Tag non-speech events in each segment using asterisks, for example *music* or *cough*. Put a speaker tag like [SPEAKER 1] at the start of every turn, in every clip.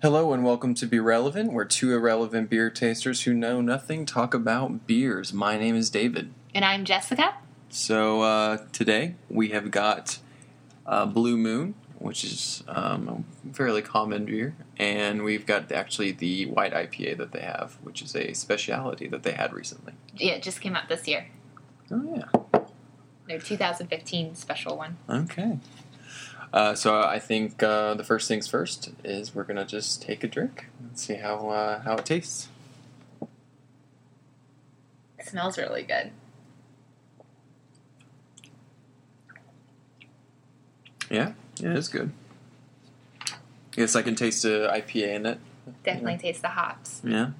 [SPEAKER 1] Hello and welcome to Be Relevant, where two irrelevant beer tasters who know nothing talk about beers. My name is David.
[SPEAKER 2] And I'm Jessica.
[SPEAKER 1] So uh, today we have got uh, Blue Moon, which is um, a fairly common beer, and we've got actually the white IPA that they have, which is a speciality that they had recently.
[SPEAKER 2] Yeah, it just came out this year.
[SPEAKER 1] Oh yeah.
[SPEAKER 2] Their 2015 special one.
[SPEAKER 1] Okay. Uh, so I think uh, the first things first is we're gonna just take a drink and see how uh, how it tastes.
[SPEAKER 2] It smells really good.
[SPEAKER 1] Yeah, yeah, it's good. Yes, I can taste the IPA in it.
[SPEAKER 2] Definitely tastes the hops.
[SPEAKER 1] Yeah.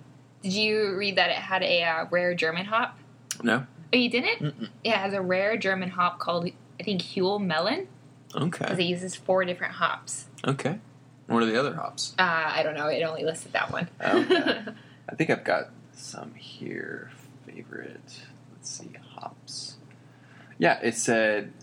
[SPEAKER 2] Did you read that it had a uh, rare German hop?
[SPEAKER 1] No.
[SPEAKER 2] Oh, you didn't?
[SPEAKER 1] Mm-mm.
[SPEAKER 2] It has a rare German hop called, I think, Huel Melon, because
[SPEAKER 1] Okay.
[SPEAKER 2] it uses four different hops.
[SPEAKER 1] Okay. What are the other hops?
[SPEAKER 2] Uh, I don't know. It only listed that one.
[SPEAKER 1] Oh, Okay. I think I've got some here. Favorite. Let's see. Hops. Yeah, it said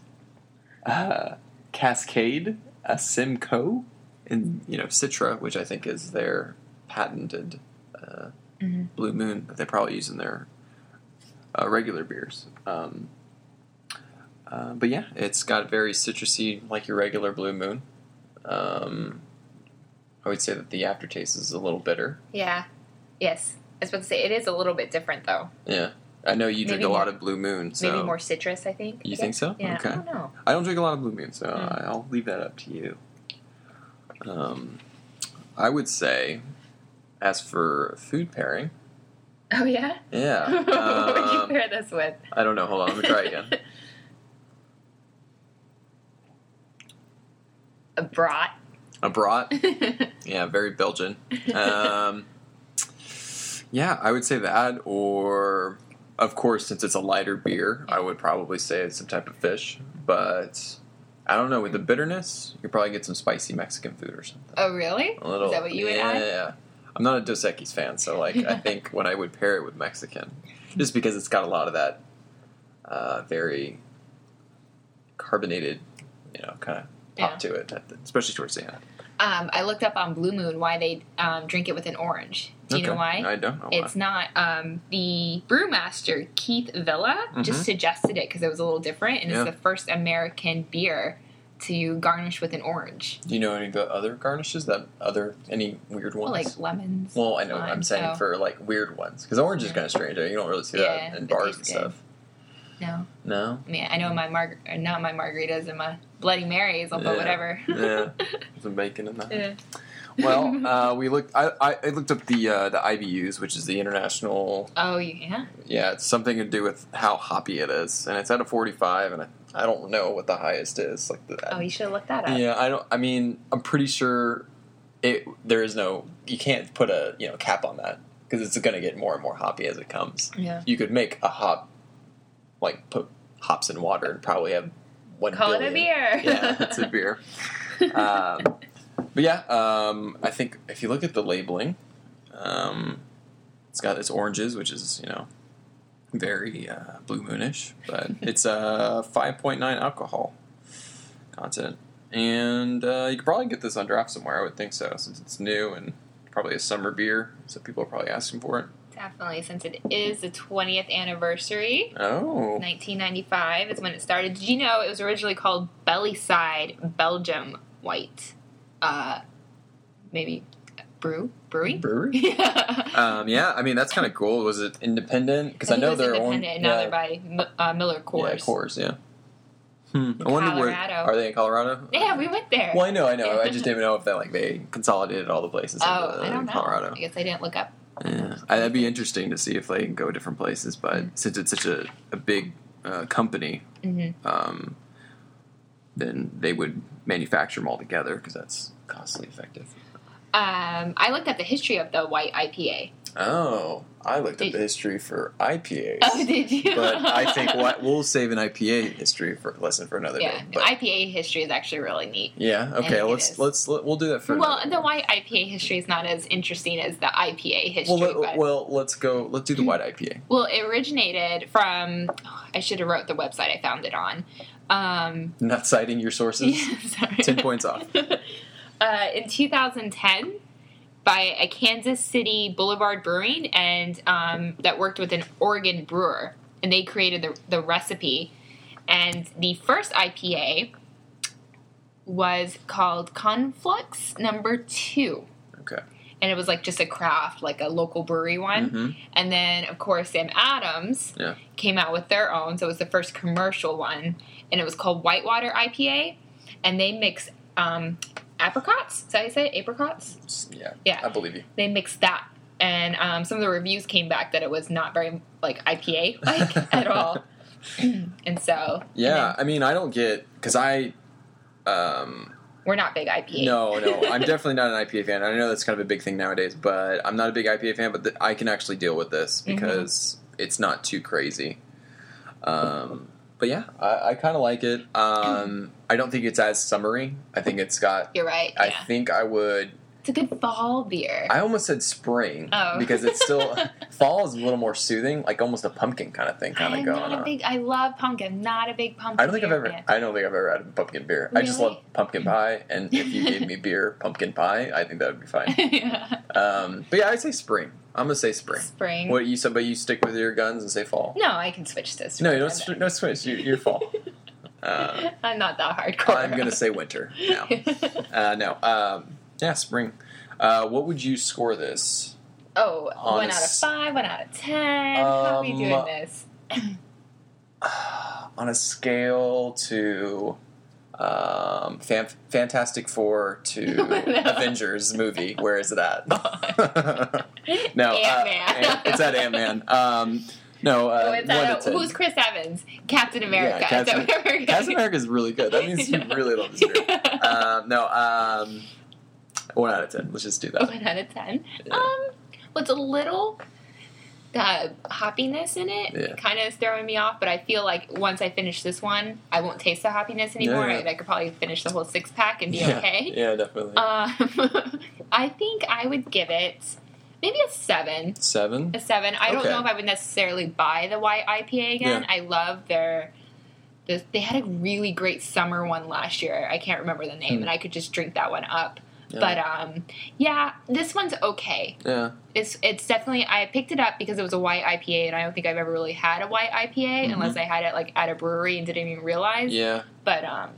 [SPEAKER 1] uh, Cascade, a Simcoe, and you know Citra, which I think is their patented uh,
[SPEAKER 2] Mhm.
[SPEAKER 1] Blue Moon that they probably use in their uh, regular beers. Um, uh, but yeah, it's got very citrusy, like your regular Blue Moon. Um, I would say that the aftertaste is a little bitter.
[SPEAKER 2] *laughs* yeah. Yes. I was about to say, it is a little bit different, though.
[SPEAKER 1] Yeah. I know you drink a
[SPEAKER 2] Maybe
[SPEAKER 1] lot
[SPEAKER 2] more-
[SPEAKER 1] of Blue Moon, so
[SPEAKER 2] Maybe more citrus, I think.
[SPEAKER 1] You
[SPEAKER 2] Yeah.
[SPEAKER 1] think so?
[SPEAKER 2] Yeah.
[SPEAKER 1] Okay.
[SPEAKER 2] I don't know.
[SPEAKER 1] I don't drink a lot of Blue Moon, so
[SPEAKER 2] Mm.
[SPEAKER 1] I'll leave that up to you. Um, I would say, as for food pairing,
[SPEAKER 2] Oh, yeah? *laughs*
[SPEAKER 1] yeah,
[SPEAKER 2] what would you
[SPEAKER 1] Uh, um,
[SPEAKER 2] pair this with?
[SPEAKER 1] I don't know. Hold on, let me try again.
[SPEAKER 2] *laughs* a brat.
[SPEAKER 1] A brat, yeah, very Belgian. Um, yeah, I would say that, or of course, since it's a lighter beer, I would probably say it's some type of fish. But I don't know. With the bitterness, you could probably get some spicy Mexican food or something.
[SPEAKER 2] *laughs* oh, really?
[SPEAKER 1] A little.
[SPEAKER 2] Is that what you would
[SPEAKER 1] yeah,
[SPEAKER 2] add?
[SPEAKER 1] Yeah. I'm not a Dos Equis fan, so like I
[SPEAKER 2] *laughs*
[SPEAKER 1] think when I would pair it with Mexican, just because it's got a lot of that uh, very carbonated, you know, kind of pop
[SPEAKER 2] Yeah.
[SPEAKER 1] to it, at the- especially towards the end.
[SPEAKER 2] Um, I looked up on Blue Moon why they um, drink it with an orange. Do you know
[SPEAKER 1] Okay.
[SPEAKER 2] why?
[SPEAKER 1] I don't know.
[SPEAKER 2] It's not. Um, the brewmaster Keith Villa
[SPEAKER 1] Mhm.
[SPEAKER 2] just suggested it because it was a little different, and
[SPEAKER 1] Yeah.
[SPEAKER 2] it's the first American beer to garnish with an orange,
[SPEAKER 1] why. Do you know any of the other garnishes? That other any weird
[SPEAKER 2] well,
[SPEAKER 1] ones?
[SPEAKER 2] like lemons.
[SPEAKER 1] Well, I know. I'm
[SPEAKER 2] lime,
[SPEAKER 1] saying
[SPEAKER 2] so-
[SPEAKER 1] for like weird ones, because orange is kind of strange. You don't really see
[SPEAKER 2] Yeah,
[SPEAKER 1] that in
[SPEAKER 2] it
[SPEAKER 1] bars and
[SPEAKER 2] tastes good.
[SPEAKER 1] stuff.
[SPEAKER 2] no, *laughs*
[SPEAKER 1] No.
[SPEAKER 2] I mean I know my marg, or not my margaritas and my Bloody Marys, although
[SPEAKER 1] Yeah.
[SPEAKER 2] whatever.
[SPEAKER 1] Yeah, some bacon in that.
[SPEAKER 2] Yeah.
[SPEAKER 1] Well, uh, we looked. I, I, I looked up the uh, the IBUs, which is the international.
[SPEAKER 2] *laughs* oh yeah,
[SPEAKER 1] Yeah, it's something to do with how hoppy it is, and it's at a forty-five, and I, I don't know what the highest is. Like the,
[SPEAKER 2] oh you should have looked that up.
[SPEAKER 1] yeah, I don't. I mean, I'm pretty sure it. There is no. You can't put a you know cap on that because it's going to get more and more hoppy as it comes.
[SPEAKER 2] yeah.
[SPEAKER 1] You could make a hop, like put hops in water, and probably have one.
[SPEAKER 2] Call it a
[SPEAKER 1] billion.
[SPEAKER 2] beer.
[SPEAKER 1] Yeah, it's
[SPEAKER 2] *laughs*
[SPEAKER 1] a beer. um, but yeah, um, I think if you look at the labeling, um, it's got its oranges, which is you know very uh, blue moonish,
[SPEAKER 2] *laughs*
[SPEAKER 1] but it's a five point nine alcohol content, and uh, you could probably get this on draft somewhere. I would think so, since it's new and probably a summer beer, so people are probably asking for it.
[SPEAKER 2] Definitely, since it is the 20th anniversary.
[SPEAKER 1] Oh,
[SPEAKER 2] 1995 is when it started. Did you know it was originally called Bellyside Belgium White? Uh, maybe brew brewing.
[SPEAKER 1] brewery.
[SPEAKER 2] *laughs* Yeah.
[SPEAKER 1] Um, yeah, I mean that's kind of cool. Was it independent? Because I,
[SPEAKER 2] think it
[SPEAKER 1] know
[SPEAKER 2] was
[SPEAKER 1] they're
[SPEAKER 2] independent.
[SPEAKER 1] own,
[SPEAKER 2] and now
[SPEAKER 1] yeah.
[SPEAKER 2] they're by M- uh, Miller Coors.
[SPEAKER 1] Yeah, Coors, yeah. Hmm. I wonder where
[SPEAKER 2] Colorado.
[SPEAKER 1] are they in Colorado?
[SPEAKER 2] *laughs* Yeah, we went there.
[SPEAKER 1] Well, I know, I know.
[SPEAKER 2] Yeah.
[SPEAKER 1] I just
[SPEAKER 2] *laughs*
[SPEAKER 1] didn't know if that like they consolidated all the places
[SPEAKER 2] oh,
[SPEAKER 1] into
[SPEAKER 2] I don't know.
[SPEAKER 1] uh, Colorado.
[SPEAKER 2] I guess I didn't look up.
[SPEAKER 1] Yeah, I, that'd be interesting to see if they can go different places. But
[SPEAKER 2] Mm-hmm.
[SPEAKER 1] since it's such a a big uh, company,
[SPEAKER 2] hmm
[SPEAKER 1] um, then they would manufacture them all together because that's costly effective.
[SPEAKER 2] Um, I looked up the history of the white IPA.
[SPEAKER 1] Oh, I looked
[SPEAKER 2] up the
[SPEAKER 1] history for IPAs.
[SPEAKER 2] *laughs* Oh, did you?
[SPEAKER 1] but I
[SPEAKER 2] *laughs*
[SPEAKER 1] think what, we'll save an IPA history for lesson for another
[SPEAKER 2] yeah,
[SPEAKER 1] day.
[SPEAKER 2] the
[SPEAKER 1] But
[SPEAKER 2] IPA history is actually really neat.
[SPEAKER 1] Yeah. Okay.
[SPEAKER 2] think it
[SPEAKER 1] Let's
[SPEAKER 2] is.
[SPEAKER 1] let's let, we'll do that for.
[SPEAKER 2] Well, the white IPA history is not as interesting as the IPA history.
[SPEAKER 1] well, let,
[SPEAKER 2] but, Mm-hmm.
[SPEAKER 1] well, let's go. Let's do the white IPA.
[SPEAKER 2] Well, it originated from. oh, I should have wrote the website I found it on. Um,
[SPEAKER 1] *laughs* Not
[SPEAKER 2] *laughs*
[SPEAKER 1] citing your sources.
[SPEAKER 2] sorry.
[SPEAKER 1] Ten points off.
[SPEAKER 2] Uh, in 2010, by a Kansas City Boulevard Brewing, and um, that worked with an Oregon brewer, and they created the, the recipe. And the first IPA was called Conflux Number Two,
[SPEAKER 1] Okay.
[SPEAKER 2] and it was like just a craft, like a local brewery one.
[SPEAKER 1] hmm
[SPEAKER 2] And then, of course, Sam Adams
[SPEAKER 1] Yeah.
[SPEAKER 2] came out with their own. So it was the first commercial one, and it was called Whitewater IPA. And they mix um, apricots. Is that how you say it? Apricots?
[SPEAKER 1] S- Yeah.
[SPEAKER 2] Yeah.
[SPEAKER 1] I believe you.
[SPEAKER 2] They mixed that. And um, some of the reviews came back that it was not very like IPA
[SPEAKER 1] *laughs*
[SPEAKER 2] like at all. *clears throat* and so
[SPEAKER 1] Yeah. I mean, I don't get because I. Um,
[SPEAKER 2] we're not big IPA.
[SPEAKER 1] No,
[SPEAKER 2] *laughs*
[SPEAKER 1] no, I'm definitely not an IPA fan. I know that's kind of a big thing nowadays, but I'm not a big IPA fan. But th- I can actually deal with this
[SPEAKER 2] Mm-hmm.
[SPEAKER 1] because it's not too crazy. Um, but yeah, I, I kind of like it. Um, I don't think it's as summery. I think it's got.
[SPEAKER 2] You're right.
[SPEAKER 1] I
[SPEAKER 2] yeah.
[SPEAKER 1] think I would.
[SPEAKER 2] It's a good fall beer.
[SPEAKER 1] I almost said spring
[SPEAKER 2] Oh.
[SPEAKER 1] because it's
[SPEAKER 2] *laughs*
[SPEAKER 1] still fall is a little more soothing, like almost a pumpkin kind of thing, kind
[SPEAKER 2] I
[SPEAKER 1] of
[SPEAKER 2] am
[SPEAKER 1] going
[SPEAKER 2] not a
[SPEAKER 1] on.
[SPEAKER 2] big. I love pumpkin. Not a big pumpkin.
[SPEAKER 1] I don't think I've
[SPEAKER 2] beer
[SPEAKER 1] ever.
[SPEAKER 2] fan.
[SPEAKER 1] I don't think I've ever had a pumpkin beer. I just
[SPEAKER 2] Really?
[SPEAKER 1] love pumpkin pie, and if you gave me
[SPEAKER 2] *laughs*
[SPEAKER 1] beer, pumpkin pie, I think that would be fine.
[SPEAKER 2] Yeah.
[SPEAKER 1] Um, but yeah, I say spring. I'm gonna say spring.
[SPEAKER 2] Spring.
[SPEAKER 1] What you said, but you stick with your guns and say fall.
[SPEAKER 2] No, I can switch this.
[SPEAKER 1] No, you don't. Sw- no switch. You, you're
[SPEAKER 2] *laughs*
[SPEAKER 1] fall. Uh,
[SPEAKER 2] I'm not that hardcore.
[SPEAKER 1] I'm gonna say winter now. Uh, no. Um, yeah, spring. Uh, what would you score this?
[SPEAKER 2] *laughs* oh,
[SPEAKER 1] On
[SPEAKER 2] one
[SPEAKER 1] a
[SPEAKER 2] out of
[SPEAKER 1] s-
[SPEAKER 2] five, one out of ten. How are we doing
[SPEAKER 1] Um,
[SPEAKER 2] this?
[SPEAKER 1] *sighs* On a scale to um, fan- Fantastic Four
[SPEAKER 2] *laughs*
[SPEAKER 1] to Avengers movie, where is it at? *laughs* no, uh,
[SPEAKER 2] Ant-Man.
[SPEAKER 1] Ant- it's at Ant Man. Um, no, uh,
[SPEAKER 2] Oh, it's
[SPEAKER 1] one
[SPEAKER 2] out
[SPEAKER 1] to
[SPEAKER 2] of,
[SPEAKER 1] 10.
[SPEAKER 2] who's Chris Evans? Captain America.
[SPEAKER 1] Yeah, Captain-
[SPEAKER 2] *laughs* Is that what we're
[SPEAKER 1] Captain
[SPEAKER 2] getting?
[SPEAKER 1] America is really good. That
[SPEAKER 2] *laughs*
[SPEAKER 1] means you really love this movie. Um, no, um, one out of ten. Let's just do that.
[SPEAKER 2] one out of ten.
[SPEAKER 1] Yeah.
[SPEAKER 2] Um, what's a little uh, hoppiness in it?
[SPEAKER 1] Yeah.
[SPEAKER 2] Kind of is throwing me off, but I feel like once I finish this one, I won't taste the hoppiness anymore.
[SPEAKER 1] yeah.
[SPEAKER 2] and I could probably finish the whole six pack and be
[SPEAKER 1] yeah,
[SPEAKER 2] okay.
[SPEAKER 1] yeah, definitely.
[SPEAKER 2] Um, *laughs* I think I would give it maybe a seven.
[SPEAKER 1] Seven.
[SPEAKER 2] a seven. I don't
[SPEAKER 1] Okay.
[SPEAKER 2] know if I would necessarily buy the white IPA again.
[SPEAKER 1] Yeah.
[SPEAKER 2] I love their. The, they had a really great summer one last year. I can't remember the name,
[SPEAKER 1] Hmm.
[SPEAKER 2] and I could just drink that one up.
[SPEAKER 1] Yeah.
[SPEAKER 2] But um, yeah, this one's okay.
[SPEAKER 1] yeah,
[SPEAKER 2] It's it's definitely I picked it up because it was a white IPA, and I don't think I've ever really had a white IPA
[SPEAKER 1] Mhm.
[SPEAKER 2] unless I had it like at a brewery and didn't even realize.
[SPEAKER 1] yeah,
[SPEAKER 2] But um,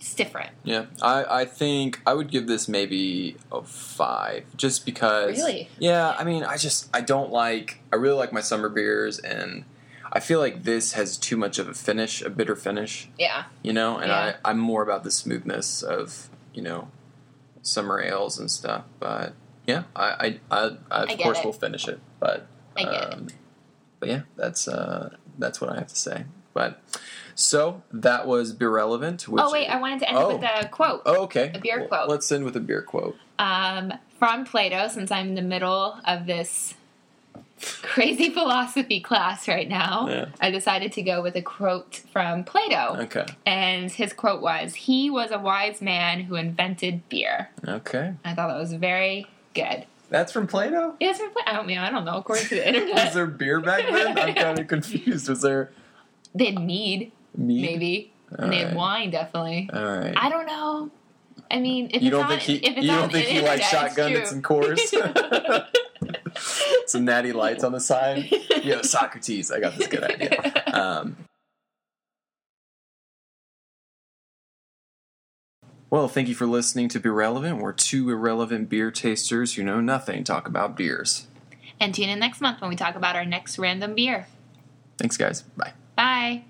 [SPEAKER 2] it's different.
[SPEAKER 1] yeah. I, I think I would give this maybe a five, just because.
[SPEAKER 2] Really?
[SPEAKER 1] Yeah, I mean, I just I don't like. I really like my summer beers, and I feel like this has too much of a finish, a bitter finish.
[SPEAKER 2] Yeah,
[SPEAKER 1] you know and
[SPEAKER 2] Yeah.
[SPEAKER 1] I, i'm more about the smoothness of you know summer ales and stuff but yeah i i, I, I of
[SPEAKER 2] I get
[SPEAKER 1] course
[SPEAKER 2] it.
[SPEAKER 1] will finish it but um,
[SPEAKER 2] I get it.
[SPEAKER 1] but yeah that's uh that's what i have to say but so that was beer relevant which
[SPEAKER 2] oh wait, I wanted to end
[SPEAKER 1] Oh.
[SPEAKER 2] with a quote.
[SPEAKER 1] Oh, okay
[SPEAKER 2] A beer
[SPEAKER 1] Well,
[SPEAKER 2] quote.
[SPEAKER 1] let's end with a beer quote
[SPEAKER 2] um, from Plato, since I'm in the middle of this crazy *laughs* philosophy class right now,
[SPEAKER 1] Yeah.
[SPEAKER 2] I decided to go with a quote from Plato.
[SPEAKER 1] okay
[SPEAKER 2] And his quote was He was a wise man who invented beer.
[SPEAKER 1] okay
[SPEAKER 2] I thought that was very good.
[SPEAKER 1] that's from plato
[SPEAKER 2] It was from Plato. I don't, mean, I don't know, according
[SPEAKER 1] *laughs*
[SPEAKER 2] to the
[SPEAKER 1] was
[SPEAKER 2] internet.
[SPEAKER 1] there beer back then
[SPEAKER 2] *laughs*
[SPEAKER 1] i'm kind of confused was there
[SPEAKER 2] they had mead,
[SPEAKER 1] meat
[SPEAKER 2] maybe. and they had
[SPEAKER 1] Alright.
[SPEAKER 2] wine, definitely.
[SPEAKER 1] all right
[SPEAKER 2] I don't know. I mean, if
[SPEAKER 1] you
[SPEAKER 2] it's
[SPEAKER 1] don't
[SPEAKER 2] on,
[SPEAKER 1] think he
[SPEAKER 2] if it's
[SPEAKER 1] you
[SPEAKER 2] on
[SPEAKER 1] don't think
[SPEAKER 2] the
[SPEAKER 1] he likes
[SPEAKER 2] internet, it's
[SPEAKER 1] shotgun
[SPEAKER 2] true.
[SPEAKER 1] and some cores
[SPEAKER 2] *laughs*
[SPEAKER 1] *laughs* some natty lights on the side yo socrates i got this good
[SPEAKER 2] *laughs*
[SPEAKER 1] idea um, well thank you for listening to be relevant we're two irrelevant beer tasters who know nothing talk about beers
[SPEAKER 2] And tune in next month when we talk about our next random beer.
[SPEAKER 1] thanks guys bye
[SPEAKER 2] Bye.